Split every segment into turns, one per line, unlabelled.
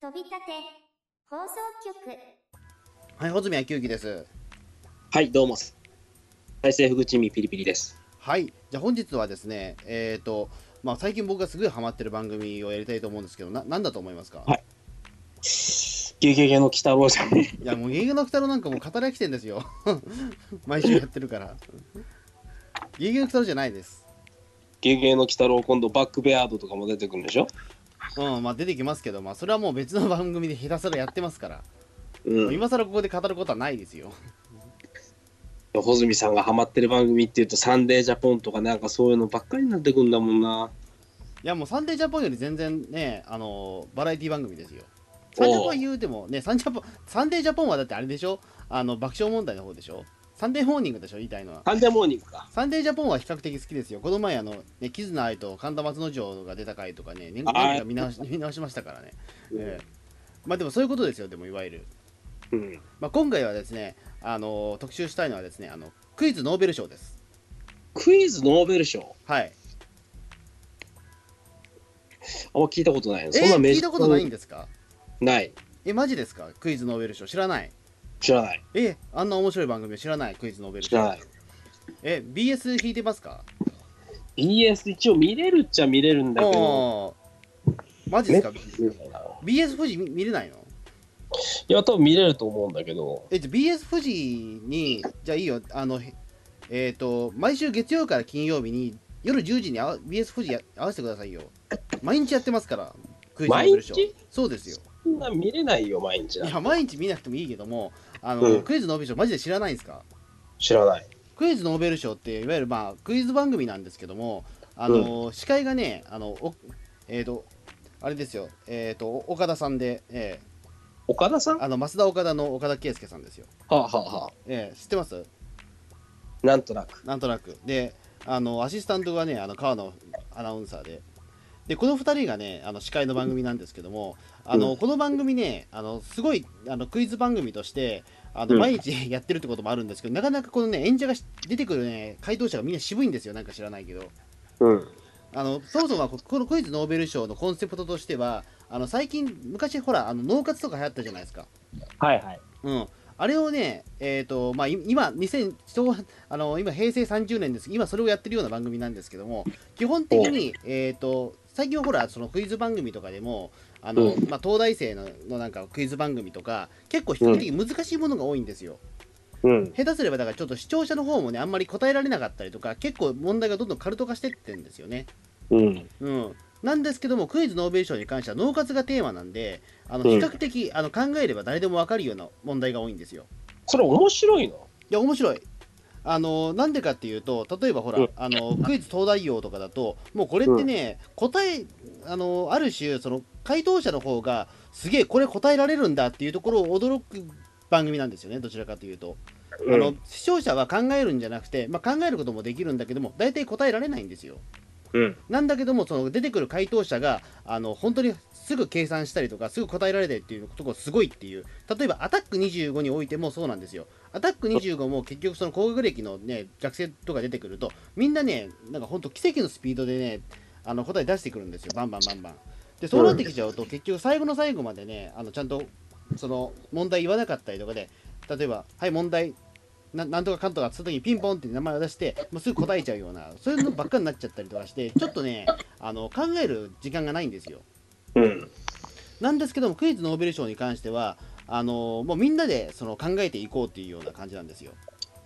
飛び立て放送局
はい、穂積昭之です。
はい、どうも。再生福地味ピリピリです。
はい、じゃあ本日はですね、えっ、と、まあ最近僕がすごいハマってる番組をやりたいと思うんですけど、な、なんだと思いますか、
はいゲゲ ゲの鬼太郎じゃね。
い、や、もうゲゲゲの鬼太郎なんかもう語り飽きてんですよ。 毎週やってるから。ゲゲゲの鬼太郎じゃないです。
ゲゲゲの鬼太郎、今度バックベアードとかも出てくるんでしょ
うん、まあ出てきますけど、まあそれはもう別の番組でひたすらやってますから、
う。
もうん今更ここで語ることはないですよ。
穂積さんがハマってる番組っていうと、サンデージャポンとかなんかそういうのばっかりになってくんだもんな。
いや、もうサンデージャポンより全然ね、あのバラエティ番組ですよ。サンデージャポン言うてもね、サンジャポン、サンデージャポンはだってあれでしょあの、爆笑問題の方でしょサンデーモーニングでしょ言いたいのは。
サンデーモーニングか。
サンデージャポンは比較的好きですよ。この前、あの、ね、キズナアイと神田松之丞が出た回とかね、年
あー
間見直し 見直しましたからね。
うん
ええまあでもそういうことですよ、でもいわゆる。
うん。
まあ、今回はですね、あの特集したいのはですね、あの、クイズノーベル賞です。
クイズノーベル賞。
はい。
あんま聞いたことない
え
の。そんな
ー
メ
聞
ジ
いたことないんですか
ない。
え、マジですかクイズノーベル賞知らない。
知らない。
え、あんな面白い番組知らないクイズノーベル
知ら
賞
な。い。
え、BS 弾いてますか
BS 一応見れるっちゃ見れるんだけど。
おーマジ
め
ですか
っちゃ
?BS 富士見見れないの
いや、多分見れると思うんだけど。
え、じゃあ BS 富士に、じゃあいいよ、あの、へえっ、と、毎週月曜から金曜日に夜10時にあわ BS 富士や合わせてくださいよ。毎日やってますから、クイズノーベル賞
毎日
そうですよ。
そんな見れないよ、毎日
い
な。
や、毎日見なくてもいいけども、あの、
うん
クイズノーベル賞、マジで知らないんですか
知らない。
クイズノーベル賞って、いわゆる、まあ、クイズ番組なんですけども、あの、司会がね、あの、おえっ、と、あれですよ、えっ、と、岡田さんで、え
岡田さん
ーあの、増田岡田の岡田圭介さんですよ。
はあ、はあは
えー知ってます
あ、なんとなく。
なんとなく。で、あのアシスタントがね、あの川野アナウンサーで。で、この2人がね、あの司会の番組なんですけども、あの
うん
この番組ね、あのすごいあのクイズ番組として、あ
う
の
ん
毎日 やってるってこともあるんですけど、なかなかこのね、演者がし出てくるね、回答者がみんな渋いんですよ、なんか知らないけど。
うん。
あのそもそもはここのクイズノーベル賞のコンセプトとしては、あの最近、昔、ほら、あの脳活とか流行ったじゃないですか。
はいはい。
うん、あれをね、えーとまあ、い今2000昭和あの、今平成30年です、今それをやってるような番組なんですけども、基本的に、えー、と最近はほら、そのクイズ番組とかでも、あの
うん
まあ、東大生ののなんかクイズ番組とか、結構比較的難しいものが多いんですよ。
うん。
下手すれば、だからちょっと視聴者の方もね、あんまり答えられなかったりとか、結構問題がどんどんカルト化してってんですよね。
うん。
うん、なんですけどもクイズノーベル賞に関しては脳活がテーマなんであの
うん
比較的、あの考えれば誰でも分かるような問題が多いんですよ。
それ面白いの
いや面白いあのなんでかっていうと例えばほら、
うん
あのクイズ東大王とかだともうこれってね、答えあのある種その回答者の方がすげえこれ答えられるんだっていうところを驚く番組なんですよねどちらかというと、あの視聴者は考えるんじゃなくて、まあ、考えることもできるんだけども大体答えられないんですよ
うん。
なんだけどもその出てくる回答者があの本当にすぐ計算したりとかすぐ答えられたりっていうところすごいっていう例えばアタック25においてもそうなんですよアタック25も結局その高学歴のね学生とか出てくるとみんなねなんか本当奇跡のスピードでねあの答え出してくるんですよバンバンバンバンでそうなってきちゃうと結局最後の最後までねあのちゃんとその問題言わなかったりとかで例えばはい問題ななんとかかんとかつった時にピンポンって名前を出してもうすぐ答えちゃうようなそういうのばっかになっちゃったりとかしてちょっとねあの考える時間がないんですよ
うん。
なんですけどもクイズノーベル賞に関してはあのもうみんなでその考えていこうっていうような感じなんですよ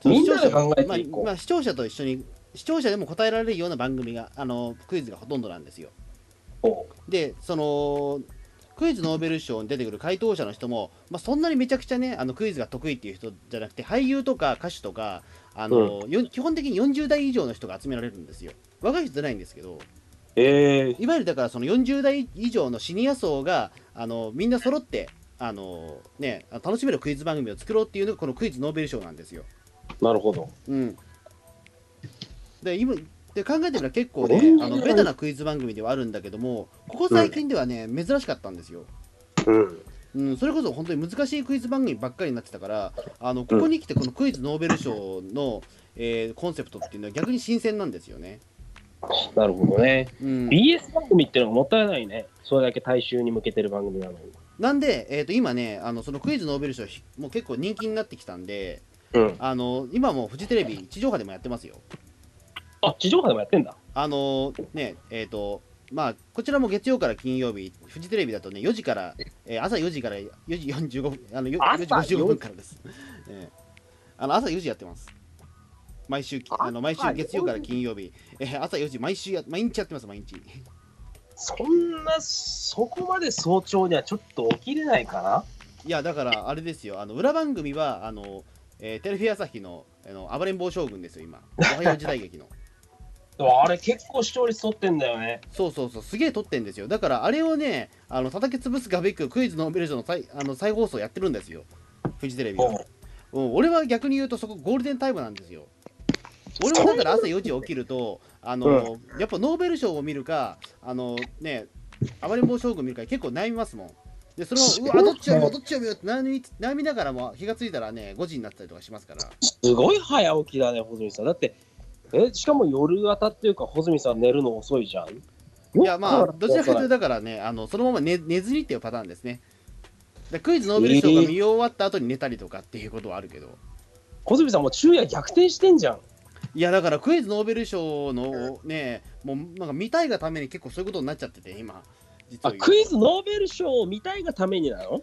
みんなで考えていこう
まあまあ、視聴者と一緒に視聴者でも答えられるような番組があのクイズがほとんどなんですよ
お
でそのクイズノーベル賞に出てくる回答者の人も、まあ、そんなにめちゃくちゃねあのクイズが得意っていう人じゃなくて俳優とか歌手とかあの、よ基本的に40代以上の人が集められるんですよ若い人じゃないんですけど
ええ
いわゆるだからその40代以上のシニア層があのみんな揃ってあの、ね、楽しめるクイズ番組を作ろうっていうのがこのクイズノーベル賞なんですよ。
なるほど。
うん、で今で考えてみたら結構
こん
ね
な
あ
に
のベタなクイズ番組ではあるんだけどもここ最近ではね、珍しかったんですよ。
うん。
うん、それこそ本当に難しいクイズ番組ばっかりになってたからあのここに来てこのクイズノーベル賞の、えーコンセプトっていうのは逆に新鮮なんですよね。
なるほどね。
うん、
BS 番組ってのがもったいないね。それだけ大衆に向けてる番組なのに。
なんで、えー、と今ねあのそのクイズノーベル賞ひもう結構人気になってきたんで
うん。
あの今もうフジテレビ地上波でもやってますよ
あ、地上波でもやってんだ。
あのねえっ、とまあこちらも月曜から金曜日フジテレビだとね4時から、えー朝4時から4時45分あのよ
朝
4時55分からです、えーあの朝4時やってます毎週きあの毎週月曜から金曜日、えー朝4時毎週や毎日やってます毎日
そんな、そこまで早朝にはちょっと起きれないかない
やだからあれですよあの裏番組はあの、えーテレビ朝日のあの暴れん坊将軍ですよ今おはよう時代劇の
でもあれ結構視聴率取ってんだよね。
そうそうそうすげえ撮ってんですよだからあれをねあの叩き潰すがべくクイズノーベル賞の再あの再放送やってるんですよフジテレビは、
も
うん、俺は逆に言うとそこゴールデンタイムなんですよ俺もだから朝4時起きるとあの、やっぱノーベル賞を見るかあのね暴れん坊将軍見るか結構悩みますもんでそれを
そう
うわどっちを見ようどっちを見ようって悩み悩みながらも気がついたらね5時になってたりとかしますから
うすごい早起きだね、穂積さん。だって、え、しかも夜型っていうか、穂積さん寝るの遅いじゃん。
いやまあどちらかというと
と。
だからねあのそのまま寝寝ずにっていうパターンですねでクイズノーベル賞が見終わった後に寝たりとかっていうことはあるけど、
穂積さんもう昼夜逆転してんじゃん。
いやだからクイズノーベル賞のねもうなんか見たいがために結構そういうことになっちゃってて今実を
あ、
言うと
クイズノーベル賞を見たいがためになの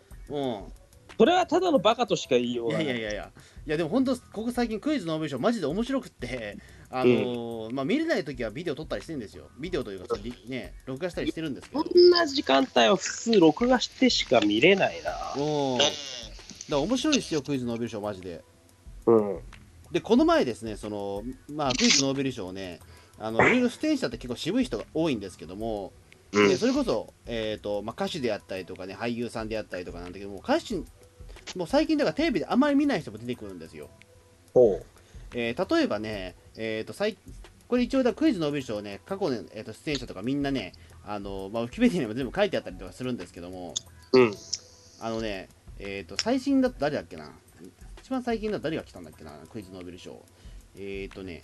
う
それはただのバカとしか言いようん
い
が
や
ない。
いやいやいやいやでも本当ここ最近クイズノーベル賞マジで面白くってあのーまあ見れない時はビデオ撮ったりしてるんですよビデオというかそのね録画したりしてるんですけど
こんな時間帯は普通録画してしか見れないな。
うんだから面白いですよクイズノーベル賞マジで
うん。
でこの前ですねその、まあ、クイズノーベル賞をねあのいろいろ出演者って結構渋い人が多いんですけども、でそれこそ、えーとまあ、歌手であったりとかね俳優さんであったりとかなんだけども歌手もう最近だからテレビであまり見ない人も出てくるんですよ、
ほう。
えー例えばね、えー、と最これ一応だクイズノーベル賞をね過去の、えー、と出演者とかみんなねあの、まあ、ウィキペディアにも全部書いてあったりとかするんですけども
うん。
あのねえっ、と最新だと誰だっけな一番最近だと誰が来たんだっけなクイズノーベル賞えっ、とね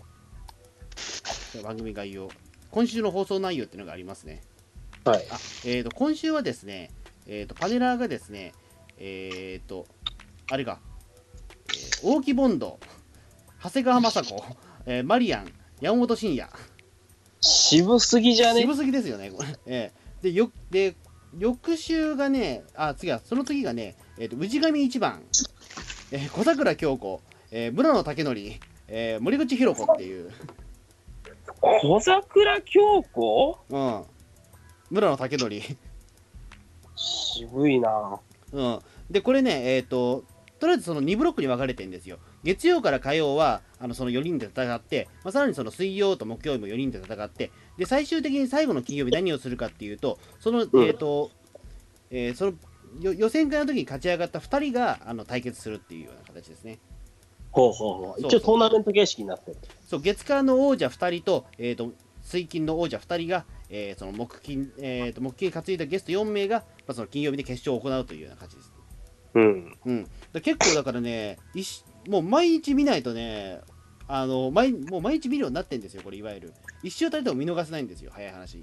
番組概要今週の放送内容っていうのがありますね
はい。
あえっ、と今週はですねえっ、とパネラーがですねえっ、とあれか、えー大木ボンド長谷川雅子、えーマリアン山本慎也
渋すぎじゃね
渋すぎですよね、これ。ええでよで、翌週がね、あ、次は、その次がね、えー、と氏神一番、えー小桜京子、えー、村野武則、えー森口博子っていう、
小桜京子
うん、村野武則、
渋いな
うん、で、これね、えっ、と、とりあえずその2ブロックに分かれてるんですよ。月曜から火曜はあのその4人で戦って、まあ、さらにその水曜と木曜日も4人で戦って、で最終的に最後の金曜日何をするかっていうと、その、
うん
えっ、と、えーそのよ予選会の時に勝ち上がった2人があの対決するっていうような形ですね。
ほうほうほう
そう
一応トーナメント形式になってる
そう月間の王者2人と,、えー、と水金の王者2人が、えーその木金、えー、と木金担いだゲスト4名が、まあ、その金曜日で決勝を行うというような感じです。
うん
うん、だ結構だからね、いしもう毎日見ないとね、あの毎もう毎日見るようになってんですよ、これ、いわゆる。一週たりとも見逃せないんですよ、早い話。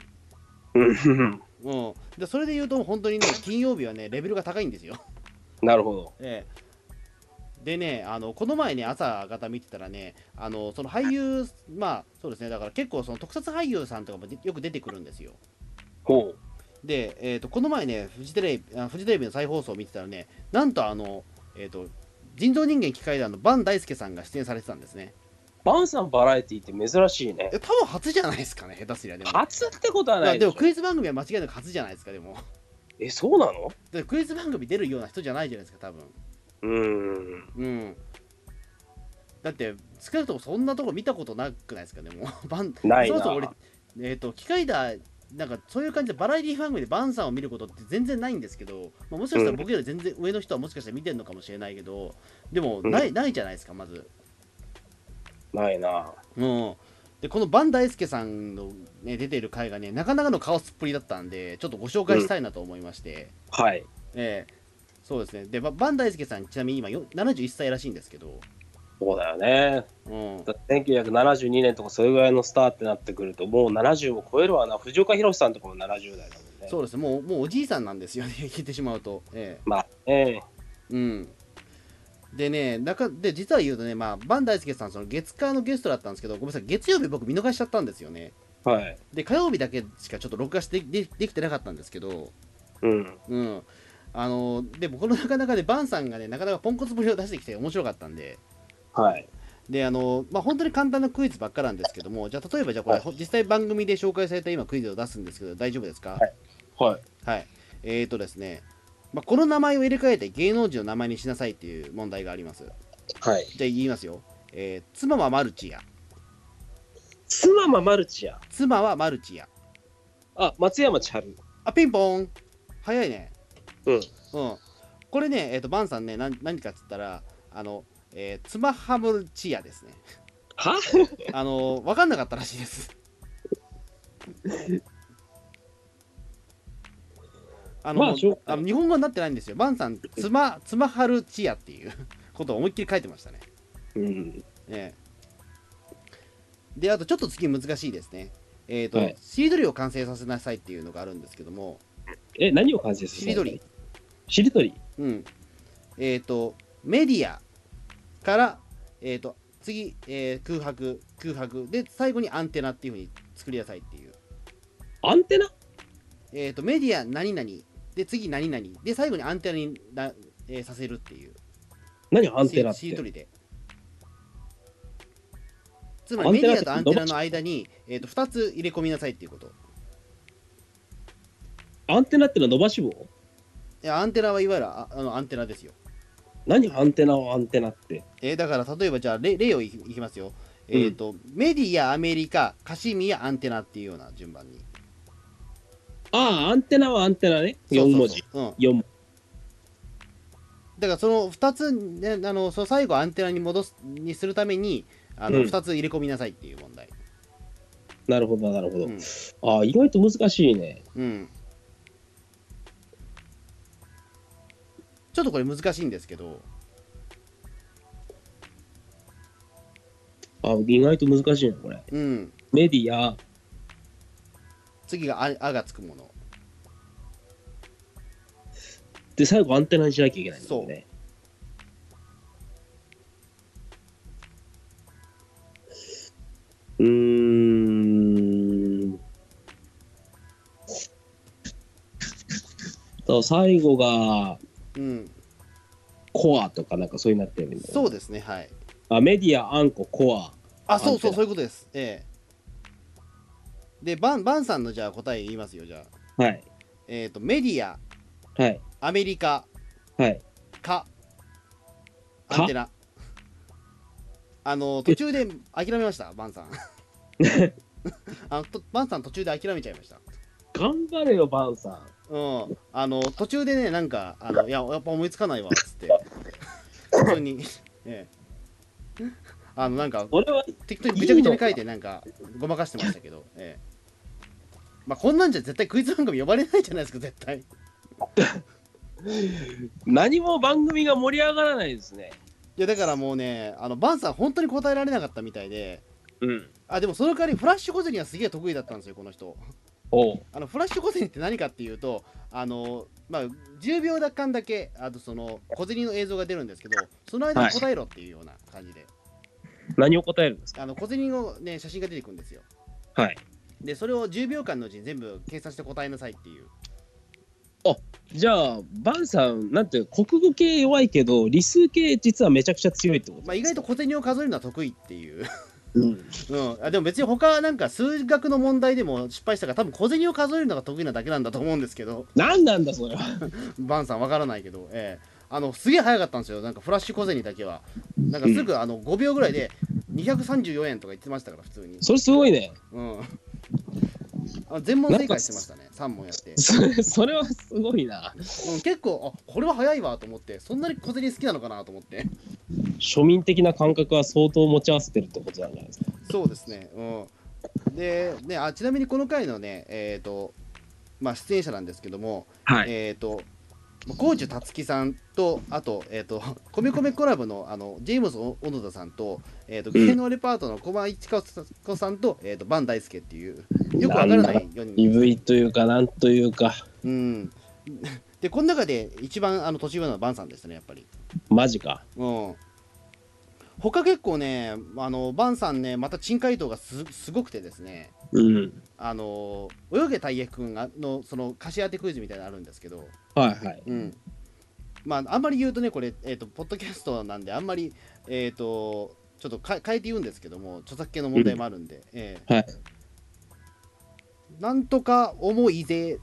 うん
うん、でそれで言うと、本当にね、金曜日はね、レベルが高いんですよ。
なるほど
ええ、でねあの、この前ね、朝方見てたらね、あのその俳優、まあそうですね、だから結構、その特撮俳優さんとかもでよく出てくるんですよ。
ほう
で、えー、とこの前ねフジテレビあフジテレビの再放送を見てたらねなんとあの、えー、と人造人間機械団のバン大輔さんが出演されてたんですね
バンさんバラエティって珍しいね
え多分初じゃないですかね下手すりゃでも
初ってことは
ま
な
あで
いで
も
しょ
クイズ番組は間違いなく初じゃないですかでも
えそうなの
でクイズ番組出るような人じゃないじゃないですか多分
う
う
ん
んだって少なくともそんなとこ見たことなくないですかねもう バン
ない
そ
な
もそも俺えっ、と機械だなんかそういう感じでバラエティ番組でバンさんを見ることって全然ないんですけど、まあ、もしかしたら僕より全然上の人はもしかしたら見てるのかもしれないけどでもない,、ないじゃないですかまず、
ないな
うん、でこのバン大輔さんの、ね、出てる回がねなかなかのカオスっぷりだったんでちょっとご紹介したいなと思いまして、
はい
ええそうですねでババン大輔さんちなみに今よ71歳らしいんですけど、
そうだよね
うん、
だって1972年とかそれぐらいのスターってなってくるともう70を超えるわな藤岡弘さんとかも70代だもんね
そうですもうもうおじいさんなんですよね 聞いてしまうと、え
まあ、ええ
えうんでね中で実は言うとね、まあ、バン大輔さんその月火のゲストだったんですけどごめんなさい月曜日僕見逃しちゃったんですよね
はい。
で火曜日だけしかちょっと録画してでできてなかったんですけど
うん。
うんあのでもこの中中でバンさんがねなかなかポンコツぶりを出してきて面白かったんで
はい。
であの、まあ、本当に簡単なクイズばっかなんですけどもじゃあ例えばじゃあこれ、
は
実際番組で紹介された今クイズを出すんですけど大丈夫ですかはい
はい。
えーとですね、まあ、この名前を入れ替えて芸能人の名前にしなさいっていう問題がありますじゃ
はい。
あ言いますよ、えー妻はマルチや
妻間マルチや。
妻はマルチや
あ、松山千春。
あピンポン早いね
うん。
うん、これね、えー、とバンさんね何何かっつったらあの、えー、妻ハムチアですね
は
あの 分かんなかったらしいですあの、
まあ
もう
しょう
あの日本語になってないんですよバンさん妻妻ハルチアっていうことを思いっきり書いてましたね
うん。
ええであとちょっと次難しいですねえっ、と、
はい
しりとりを完成させなさいっていうのがあるんですけども
え、何を感じです
しりとり。
しりとり。
うん。えっ、と、メディアから、えっ、と、次、えー空白、空白、で、最後にアンテナっていうふうに作りなさいっていう。
アンテナ
えっ、と、メディア、何々、で、次、何々、で、最後にアンテナにな、えーさせるっていう。
何アンテナっ
ししりと
て。
りで。つまり、
ア
メ
ンテ
デ
ナ
ィア
って
とアンテナの間に、えっ、と、2つ入れ込みなさいっていうこと。
アンテナってのは伸ばし棒
いや、アンテナはいわゆるああのアンテナですよ。
何アンテナをアンテナって。
えーだから例えばじゃあ例例をいきいきますよ、えーとメディアアメリカカシミヤアンテナっていうような順番に
ああ、アンテナはアンテナね。
そうそう
4
そう
文字。
うん、
4文字。
だからその2つ、ね、あのその最後アンテナに戻すにするためにあの
うん
2つ入れ込みなさいっていう問題、
なるほど、なるほど。
うん
ああ、意外と難しいね。
うん、ちょっとこれ難しいんですけど
ああ意外と難しいね、これ。
うん
メディア、
次があ「あ」がつくもの
で、最後アンテナにしなきゃいけないんだもんね。うーん。と最後が
うん
コアとかなんかそういうなってるんだよね
そうですねはい
あメディア、アンコ、コア。
あそうそ
アンテ
う
ナ
そういうことですええでバンバンさんのじゃあ答え言いますよじゃあ
はい。
えー、とメディア、
はい。
アメリカ、
はい。
か、
か
アンテナ。あの途中で諦めました、バ ンさん。あのとバンさん、途中で諦めちゃいました。
頑張れよ、バンさん。
うん、あの途中でね、なんか、あのいや、やっぱ思いつかないわっつ って、普通に、ええ、あのなんか、
俺は、
適当にぐちゃぐちゃに書いて、なんか、ごまかしてましたけど、ええ、まあ、こんなんじゃ絶対クイズ番組呼ばれないじゃないですか、絶対。
何も番組が盛り上がらないですね。
いやだからもうね、あのバンさん、本当に答えられなかったみたいで、
うん。
あでもその代わり、フラッシュ小銭はすげえ得意だったんですよ、この人。
おう。
あのフラッシュ小銭って何かっていうと、あのまあ、10秒奪間だけあとその小銭の映像が出るんですけど、その間に答えろっていうような感じで、
何を答えるんです
あの小銭の、ね、写真が出てくるんですよ。
かはい。
で、それを10秒間のうちに全部計算して答えなさいっていう。
じゃあ、バンさん、なんていうか国語系弱いけど、理数系実はめちゃくちゃ強いってこと
まあ、意外と小銭を数えるのは得意っていう。
う
う
ん。
ん、あでも別に他なんか数学の問題でも失敗したから、多分小銭を数えるのが得意なだけなんだと思うんですけど。
何なんだ、それは。
バンさんわからないけど、ええあのすげえ早かったんですよ、なんかフラッシュ小銭だけは。なんかすぐあの5秒ぐらいで234円とか言ってましたから、普通に。
それすごいね。
うん、あ全問正解してましたね、3問やって。
それそれはすごいな。
うん、結構、あこれは早いわと思って、そんなに小銭好きなのかなと思って。
庶民的な感覚は相当持ち合わせてるってことなんじゃないですか。
そうですね、うん、でねあ、ちなみにこの回のね、えーとまあ、出演者なんですけども、
は。
えっ、と、高知達樹さんと、あと、えっ、と、 コメコメコラボの、あの、ジェームズ小野田さんと、えっ、と、
うん
芸能レパートの小林千佳子さんと、えっ、と、バン大輔っていう、よくわからないように。
鈍いというか、なんというか、
うん、で、この中で一番あの年上なのはバンさんですね、やっぱり。
マジか。
うん。他結構ね、あのバンさんね、また珍解答がすすごくてですね、
うん。
あの泳げたいやくんがのその貸し当てクイズみたいなのあるんですけど、
はいはい。
うん、まああんまり言うとねこれ、えー、とポッドキャストなんであんまりえっ、とちょっとか変えて言うんですけども著作権の問題もあるんで、ええ
はい
なんとか思い出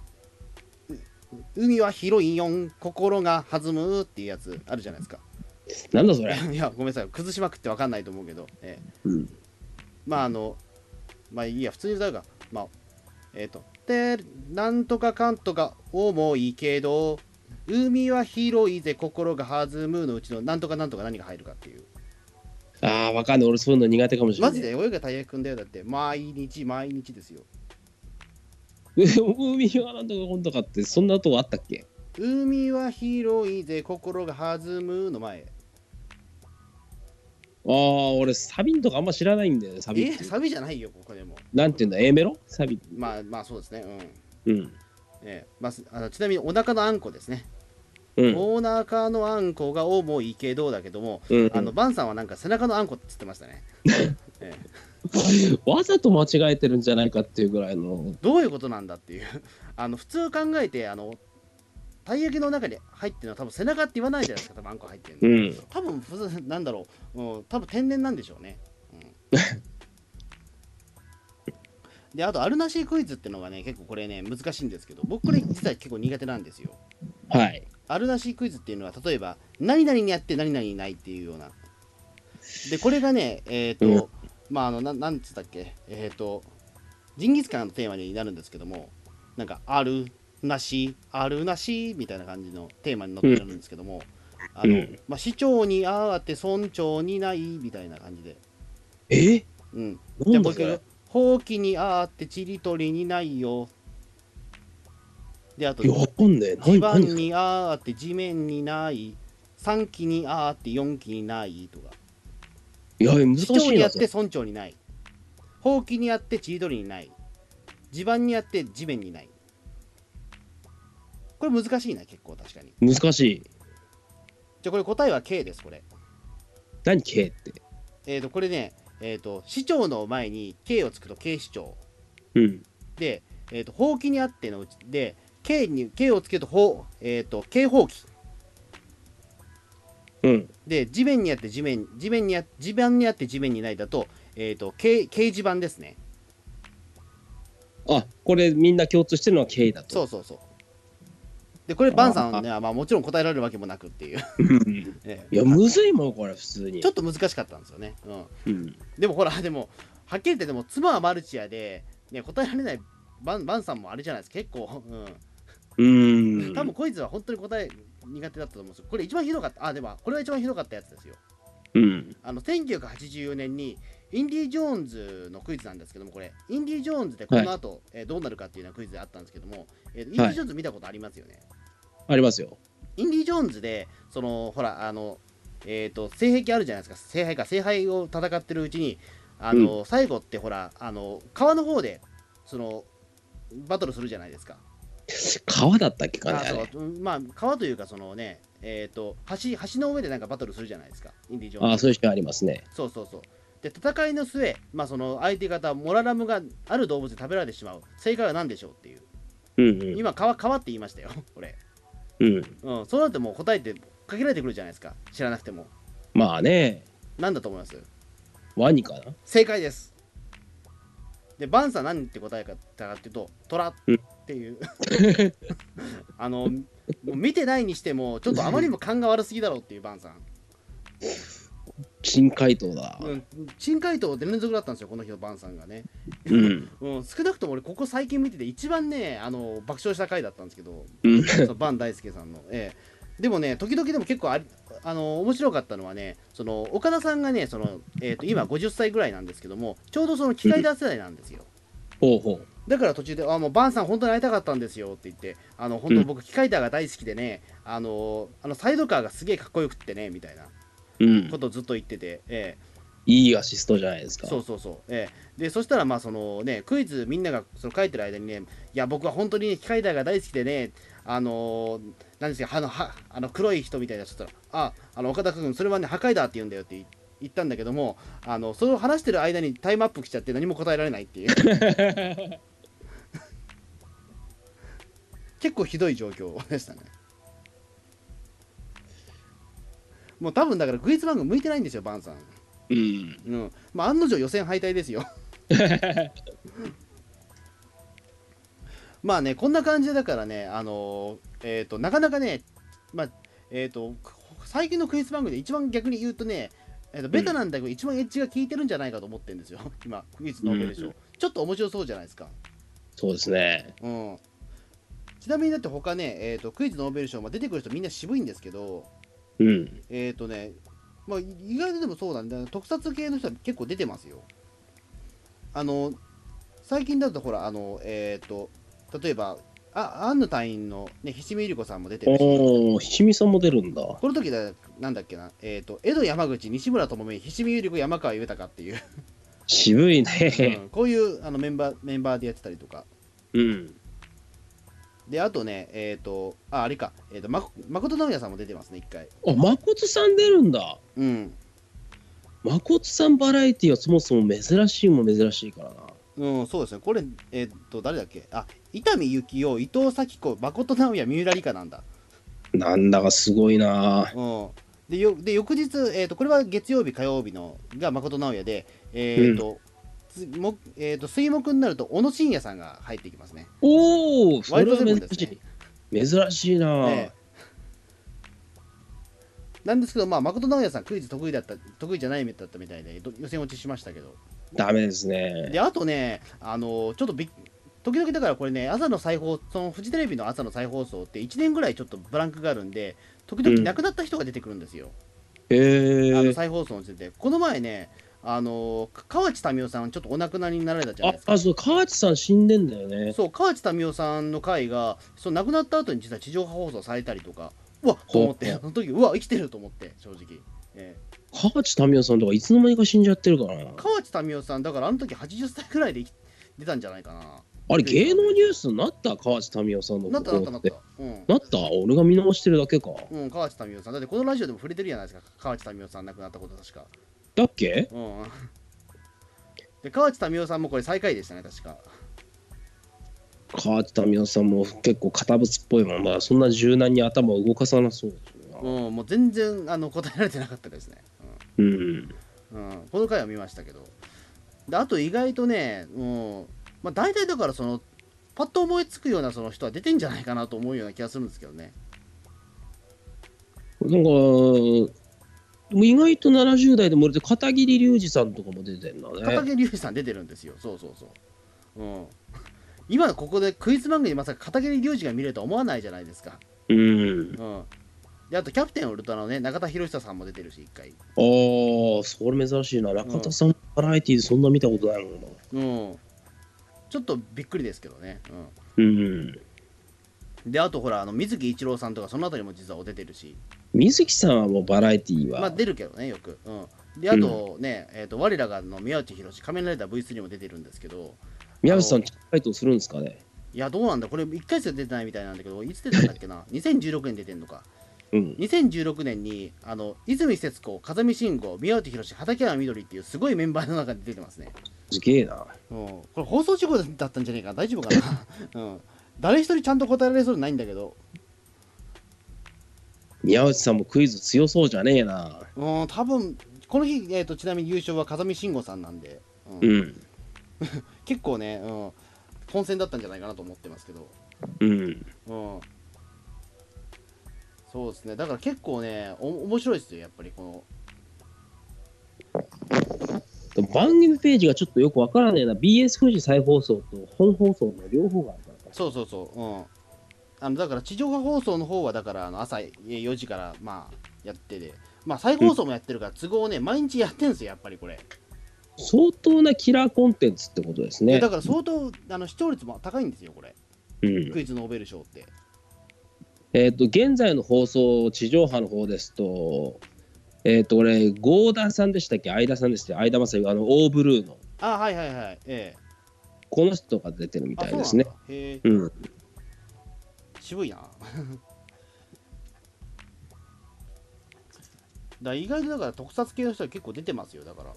海は広いよん心が弾むっていうやつあるじゃないですか
なんだそれ。
いやごめんなさい崩しまくって分かんないと思うけど、ええ
うん。
まああのまあいいや普通に歌うかまあえっ、とでなんとかかんとか重いけど海は広いぜ心が弾むのうちのなんとかなんとか何が入るかっていう
ああ、わかんない。俺そういうの苦手かもしれな
マ
い。
ジで泳げたいやくんだよだって毎日毎日ですよ
海はなんとかこんとかって、そんなとこあったっけ
海は広いぜ心が弾むの前
ああ、俺サビンとかあんま知らないんだよね、サビン
え。サビじゃないよここでも
なんていうんだ、A メロサビ。
まあまあそうですねうん
うん。
ええまあす、あのちなみにお腹のあんこですね、
うん。
お腹のあんこが重いけどだけども
うん、
あのバンさんはなんか背中のあんこって言ってましたね。ええ
わざと間違えてるんじゃないかっていうぐらいの。
どういうことなんだっていう あの普通考えてあのたい焼きの中に入ってるのは多分背中って言わないじゃないですか多分あんこ入ってるの、
うん。
多分普通なんだろう、うん、多分天然なんでしょうね、うん、であとあるなしクイズってのがね結構これね難しいんですけど僕これ実は結構苦手なんですよ
はい。
あるなしクイズっていうのは例えば何々にあって何々にないっていうようなでこれがねえっ、と、
うん
まああのななんつったっけえっ、とジンギスカンのテーマになるんですけどもなんかあるなしあるなしみたいな感じのテーマに載ってるんですけども、あの
うん
まあ、市長にあって村長にないみたいな感じで、
え
うん、じゃ
な
あ
ん
もう一
だそれ
回ほうきにあってちりとりにないよであと
いや、わかんねえ。
地
何
盤
何
にあーって地面にない3期にあーって4期にないとか
いや、難
市
し
長
い
にあ
な
っ。て村長にないほうきにあってちりどりにない地盤にあって地面にないこれ難しいな結構確かに
難しい。
じゃあこれ答えは K ですこれ
何 K って。
えっ、ー、とこれねえっ、と市長の前に K をつくと K 市長
うん。
でえっ、とほうきにあってのうちで K に K をつけるとほうえっ、と K ほうき
うん。
で地面にあって地面地面にあ地盤にあって地面にないだと,、えー、と掲掲示板ですね
あ、これみんな共通してるのは K だと。
そうそうそうでこれバンさんはねまあ、もちろん答えられるわけもなくっていう、
うん
ええ
いや、むずいもん、これ、普通に。
ちょっと難しかったんですよね、うん、
うん。
でもほらでもはっきり言ってでも妻はマルチやで、ね、答えられないバンバンさんもあれじゃないですか結構、
う
うん
ん。
多分こいつは本当に答え苦手だったと思うんですよこれ一番ひどかったあでもこれは一番ひどかったやつですよ
うん。
あの1984年にインディ・ジョーンズのクイズなんですけども、これ、インディ・ジョーンズでこの後、えーどうなるかっていうようなクイズであったんですけども、えーインディ・ジョーンズ見たことありますよね。
ありますよ。
インディ・ジョーンズで、そのほら、あの、えっ、と、聖杯あるじゃないですか、聖杯か、聖杯を戦ってるうちに、あの、最後ってほら、あの、川の方で、その、バトルするじゃないですか。
川だったっけかね、
あ
あれ。
そううんまあ、川というか、そのね、えっ、と橋、橋の上でなんかバトルするじゃないですか、インディ・ジョーンズ。
あそういう人ありますね。
そうそうそう。で戦いの末、まあ、その相手方モララムがある動物で食べられてしまう正解は何でしょうっていう
うんうん。
今川川って言いましたよ これ、
うん。
うん、そうなってもう答えって限られてくるじゃないですか知らなくても
まあね、
何だと思います
ワニかな。
正解ですでバンさん何って答えたかっていうと虎っていう あのもう見てないにしてもちょっとあまりにも勘が悪すぎだろうっていうバンさん、
深海答だ。
うん、珍回答で連続だったんですよこの日のバンさんがね
うん。
うん、少なくとも俺ここ最近見てて一番ねあの爆笑した回だったんですけど
うん。
そのバン大輔さんの、ええ、でもね時々でも結構ありあの面白かったのはねその岡田さんがねその、えー、と今50歳ぐらいなんですけどもちょうどその機械だ世代なんですよ
ほうほう。
だから途中で「あもうバンさん本当に会いたかったんですよ」って言って「あの本当僕機械だが大好きでねあのあのサイドカーがすげえかっこよくってね」みたいな
うん
こ。とをずっと言ってて、ええ
いいアシストじゃないですか。
そうそうそう、ええ、でそしたらまあそのねクイズみんながその書いてる間にねいや僕は本当にね機械だが大好きでねあのーなんですかあのはあの黒い人みたいな人だったら「ああの岡田君それはね破壊だ」って言うんだよって言ったんだけどもあのそれを話してる間にタイムアップ来ちゃって何も答えられないっていう 結構ひどい状況でしたねもう多分だからクイズ番組向いてないんですよバンさん
うん。
うんまあ、案の定予選敗退ですよまあねこんな感じでだからねあのーえっ、となかなかねまあえっ、と最近のクイズ番組で一番逆に言うとねえーとベタなんだけど、一番エッジが効いてるんじゃないかと思ってるんですよ、 今、クイズのおかげでしょ、
うん
ちょっと面白そうじゃないですか。
そうですね。
うん、ちなみにだって他ね、えーとクイズノーベル賞、まあ、出てくる人みんな渋いんですけど、
うん。
えっ、とね、まあ、意外とでもそうなんだ、特撮系の人は結構出てますよ。あの、最近だとほら、あの、えっ、と、例えば、あ、アンヌ隊員のね、ひしみゆりこさんも出てるし、
おお、ひみさんも出るんだ。
この時だ、なんだっけな、えっ、と、江戸山口、西村智美、ひしみゆりこ、山川豊っていう、
渋いうね。
んこういうあのメンバー、メンバーでやってたりとか。
うん。
で、あとね、えっ、と、あ、あれか、えっ、と、ま、誠直哉さんも出てますね、一回。
あ、誠さん出るんだ。
うん。
誠さんバラエティはそもそも珍しいも珍しいからな。
うん、そうですね。これ、えっと、誰だっけあ、伊丹幸雄、伊藤咲子、誠直哉、三浦理香なんだ。
なんだかすごいな。
うん。で、よで翌日、えっと、これは月曜日、火曜日のが誠直哉で、えっと、つもえっと水木になると小野伸也さんが入ってきますね。
おお、そ
ワイ
れ
ルド
は
セブンで
珍
す
し
ね。
い。珍しいな。
ええなんですけど、まあ、誠直哉さん、クイズ得意だった、得意じゃないみたいだったみたいで、ど予選落ちしましたけど。
ダメですね。
であとねあのちょっとびっ時々だからこれね朝の再放送そのフジテレビの朝の再放送って1年ぐらいちょっとブランクがあるんで時々
うん
亡くなった人が出てくるんですよ、
へ
あの
え。
再放送の時点でこの前ねあのか河内民夫さんちょっとお亡くなりになられたじゃない
あ
です、か
あ、そう、河内さん死んでんだよね。
そう河内民夫さんの回がその亡くなった後に実は地上波放送されたりとかうわと思って
ほう
その時うわ生きてると思って正直、ええ
河内民夫さんとかいつの間にか死んじゃってるからな。
河内民夫さんだからあの時80歳くらいで生き出たんじゃないかな
あれ、芸能ニュースになった河内民夫さんの
なったなったなっ
って。
たうん
なった俺が見直してるだけか。
うん、河内民夫さん。だってこのラジオでも触れてるじゃないですか、河内民夫さん亡くなったこと確か。
だっけ
うん。で、河内民夫さんもこれ最下位でしたね、確か。
河内民夫さんも結構堅物っぽいもん。まあ、そんな柔軟に頭を動かさなそうですよ
う
な。
ん、もう全然あの答えられてなかったですね。
うん。
うん、うん、この回は見ましたけど。で、あと意外とね、うん、まあ大体だからその、パッと思いつくようなその人は出てんじゃないかなと思うような気がするんですけどね。
なんか、意外と70代でもれて片桐隆二さんとかも出てんだ
高
ね。
木隆二さん出てるんですよ、そうそうそう。うん。今ここでクイズ番組にまさか片桐隆二が見れるとは思わないじゃないですか。
うん。
うん。で、あと、キャプテンウルトラのね、中田博久さんも出てるし、一回。
ああ、それ珍しいな。中田さん、バラエティーでそんな見たことないもんな。
うん。ちょっとびっくりですけどね。
うん。
うん。で、あと、ほら、あの、水木一郎さんとか、そのあたりも実はお出てるし、
水木さんはもうバラエティー
まあ、
は。
出るけどね、よく。うん。で、あとね、えっ、と、我らがの宮内博士、仮面ライダー V3 も出てるんですけど、
宮内さん、回答するんですかね。
いや、どうなんだ、これ、1回しか出てないみたいなんだけど、いつ出たんだっけな、2016年出てんのか。
うん。
2016年に、あの、泉節子、風見慎吾、宮内博士、畠山みどりっていう、すごいメンバーの中で出てますね。
すげえな。
うん、これ放送事故だったんじゃねえか大丈夫かな、うん、誰一人ちゃんと答えられそうでないんだけど
宮内さんもクイズ強そうじゃねえな。
うん多分この日、えー、とちなみに優勝は風見慎吾さんなんで、うん
うん。
結構ね、うん、混戦だったんじゃないかなと思ってますけど、
うん。
うん、そうですねだから結構ねお面白いですよやっぱりこの
でも番組ページがちょっとよくわからねえな。BS 富士再放送と本放送の両方があるからか。
そうそうそう、うん、あのだから地上波放送の方はだからあの朝えー4時からまあやってて、まあ、再放送もやってるから都合ね毎日やってんすよやっぱりこれ。
相当なキラーコンテンツってことです
いや
ね
だ。から相当あの視聴率も高いんですよ、これ、
うん
ク。イズノーベル賞って。
えっ、と、現在の放送、地上波の方ですと、えっ、と、俺、ゴーダさんでしたっけ相田さんでしたっけ相田正義、あの、オーブルーの。
あはいはいはいええ
この人が出てるみ
あ
た
そ
いうですね
なん。だへえ
うん。
渋いな だから意外とだから特撮系の人は結構出てますよだから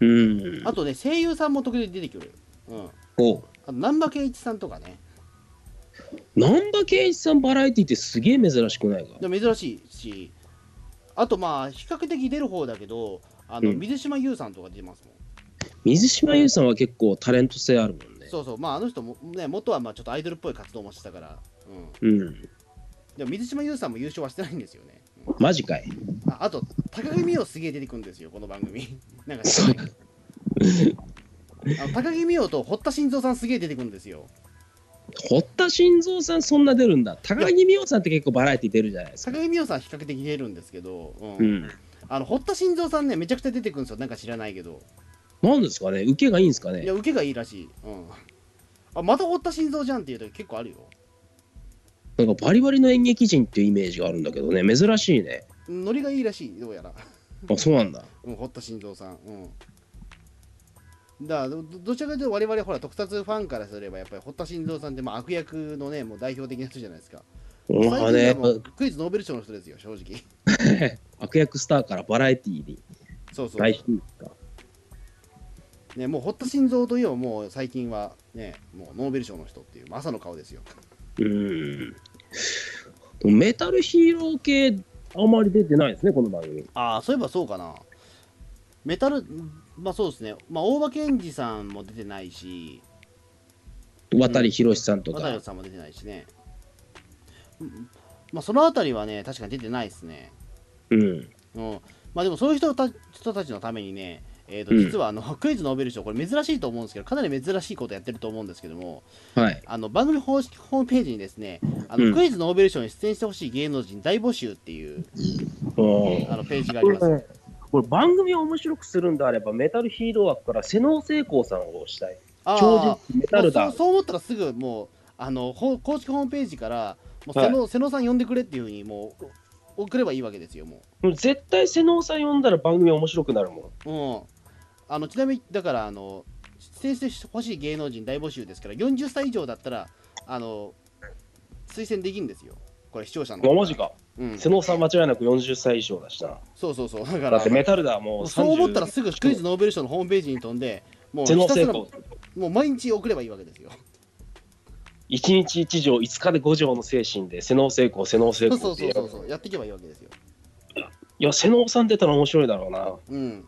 うん。
あとね声優さんも時々出てくるうん
お
あと難波圭一さんとかね
難波圭一さんバラエティってすげえ珍しくないか
でも珍しいしあとまあ比較的出る方だけどあの、
うん
水島優さんとか出てますもん
水島優さんは結構タレント性あるもんね。
そうそうまああの人もね元はまあちょっとアイドルっぽい活動もしてたからうん
うん。
でも水島優さんも優勝はしてないんですよね、うん
マジかい。
ああと高木美桜すげえ出てくるんですよこの番組 なんか
そう
あの高木美桜と堀田新三さんすげえ出てくるんですよ
堀田新三さんそんな出るんだ。高木美穂さんって結構バラエティ出るじゃないです
高
か。
木美桜さん比較的出るんですけど、うん
うん。
あの堀田新三さんねめちゃくちゃ出てくるんですよなんか知らないけど
なんですかね受けがいいんですか
い
ね
や受けがいいらしい、うん、あまた堀田新三じゃんっていう時結構あるよ
なんかバリバリの演劇人っていうイメージがあるんだけどね。珍しいね。
ノリがいいらしいどうやら
あ、そうなんだ。
うん、堀田新三さん。うん。だからど、どちらかというと、我々、ほら、特撮ファンからすれば、やっぱり堀田新三さんって、まあ、悪役のね、もう代表的な人じゃないですか。
まあ
最
ね
近、はもうクイズノーベル賞の人ですよ、正直。
悪役スターからバラエティに
そうそ
大
う。
ヒットか。
ね、もう堀田新三といえば、もう最近は、ね、もうノーベル賞の人っていう、まあ朝の顔ですよ。
うん。メタルヒーロー系あまり出てないですね、この番組。
ああ、そういえばそうかな。メタル、まあそうですね、まあ、大場健二さんも出てないし、
渡博さんと
渡
か
辺。さんも出てないしね。うんまあ、そのあたりはね、確かに出てないですね。
うん。
うん、まあでもそういう人た人たちのためにね、えー、と
うん
実はあの、 クイズノーベル賞、これ珍しいと思うんですけど、かなり珍しいことやってると思うんですけども、
はい。
あの番組公式ホームページにですね、あの
うん
クイズノーベル賞に出演してほしい芸能人大募集っていうあのページがあ
こ
ります。
れこれ番組を面白くするんであればメタルヒーロー枠から瀬能成功さんを推したい
あ
超
ー
人メタル
も
だ
うそうそう思ったらすぐもうあのほ公式ホームページからもう瀬野,、瀬野さん呼んでくれっていうふうにもうお送ればいいわけですよ、もう。
もう絶対瀬能さん呼んだら番組面白くなるも
う
ん
ん、あのちなみにだからあの出演してほしい芸能人大募集ですから40歳以上だったらあの推薦できるんですよこれ視聴者の
まあマジか
うん、
瀬能さん間違いなく40歳以上だしな
そうそうそうだか
だ
ら
ってメタルだもう
そう思ったら
30
すぐクイズノーベル賞のホームページに飛んでもう
瀬
ひ
能
た
成
すら
功
もう毎日送ればいいわけですよ
1日1条5日で5条の精神で瀬能成功瀬能成
そう
功
そう
って
そう
や
そう
る
そうやっていけばいいわけですよ
いや瀬能さん出たら面白いだろうな
うん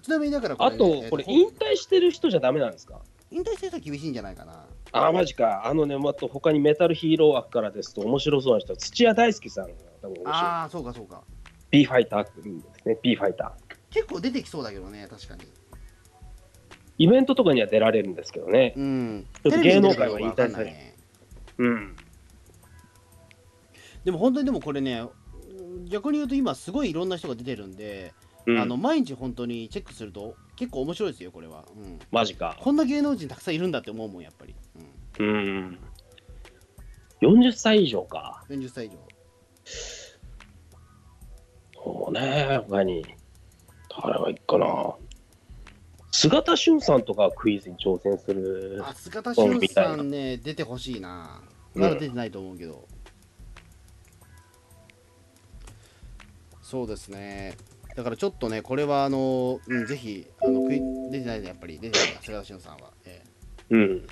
ちなみにだから
あとこれ引退してる人じゃダメなんですか
引退してる人は厳しいんじゃないかな
あーマジかあのねまた他にメタルヒーロー枠からですと面白そうな人は土屋大輔さんが多分面白い
ああそうかそうか
B ファイターですね、B ファイター。
結構出てきそうだけどね確かに
イベントとかには出られるんですけどね。
うん
ちょっと
テレビ
芸
に出
能
るか
界
どうか
は引
わかん
退
な
さ
い
れる。
ね
うん。
でも本当にでもこれね逆に言うと今すごいいろんな人が出てるんで、
うん、
あの毎日本当にチェックすると結構面白いですよこれは、うん、
マジか。
こんな芸能人たくさんいるんだって思うもんやっぱり、う
うん。40歳以上か。
ん、40歳以上
そうね、他に。誰がいっかな。菅田俊さんとかはクイズに挑戦する。
あ塚田俊さんね出てほしいな
うん
まだ出てないと思うけど、そうですねだからちょっとねこれはあの、うん、ぜひあのクイ出てないねやっぱり出てないな塚田俊さんは、ええ
うん。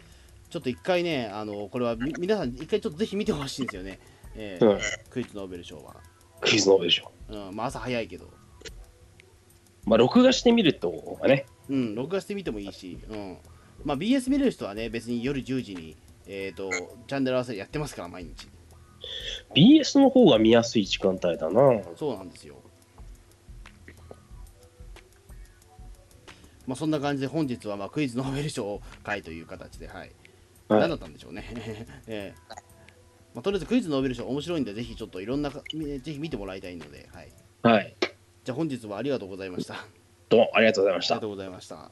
ちょっと一回ね、あのこれはみ皆さん、一回ちょっとぜひ見てほしいんですよね、えー
うん
クイズノーベル賞は。
クイズのでしょ。
うんまあ、朝早いけど、
まあ、録画してみるって方がね。
うん、録画してみてもいいし、うんまあ、BS 見れる人はね、別に夜10時に、えー、とチャンネル合わせやってますから、毎日。
BS の方が見やすい時間帯だな。
そうなんですよ。まあ、そんな感じで、本日はまあクイズノーベル賞会という形で、はい。
は
何
い
だったんでしょうね。 ええまあ、とりあえずクイズノーベル賞面白いんで、ぜひちょっといろんなか、みぜひ見てもらいたいので、はい。
はい。
じゃあ本日はありがとうございました。あ
どうもありがとうございまし
り
た
がと。うございました。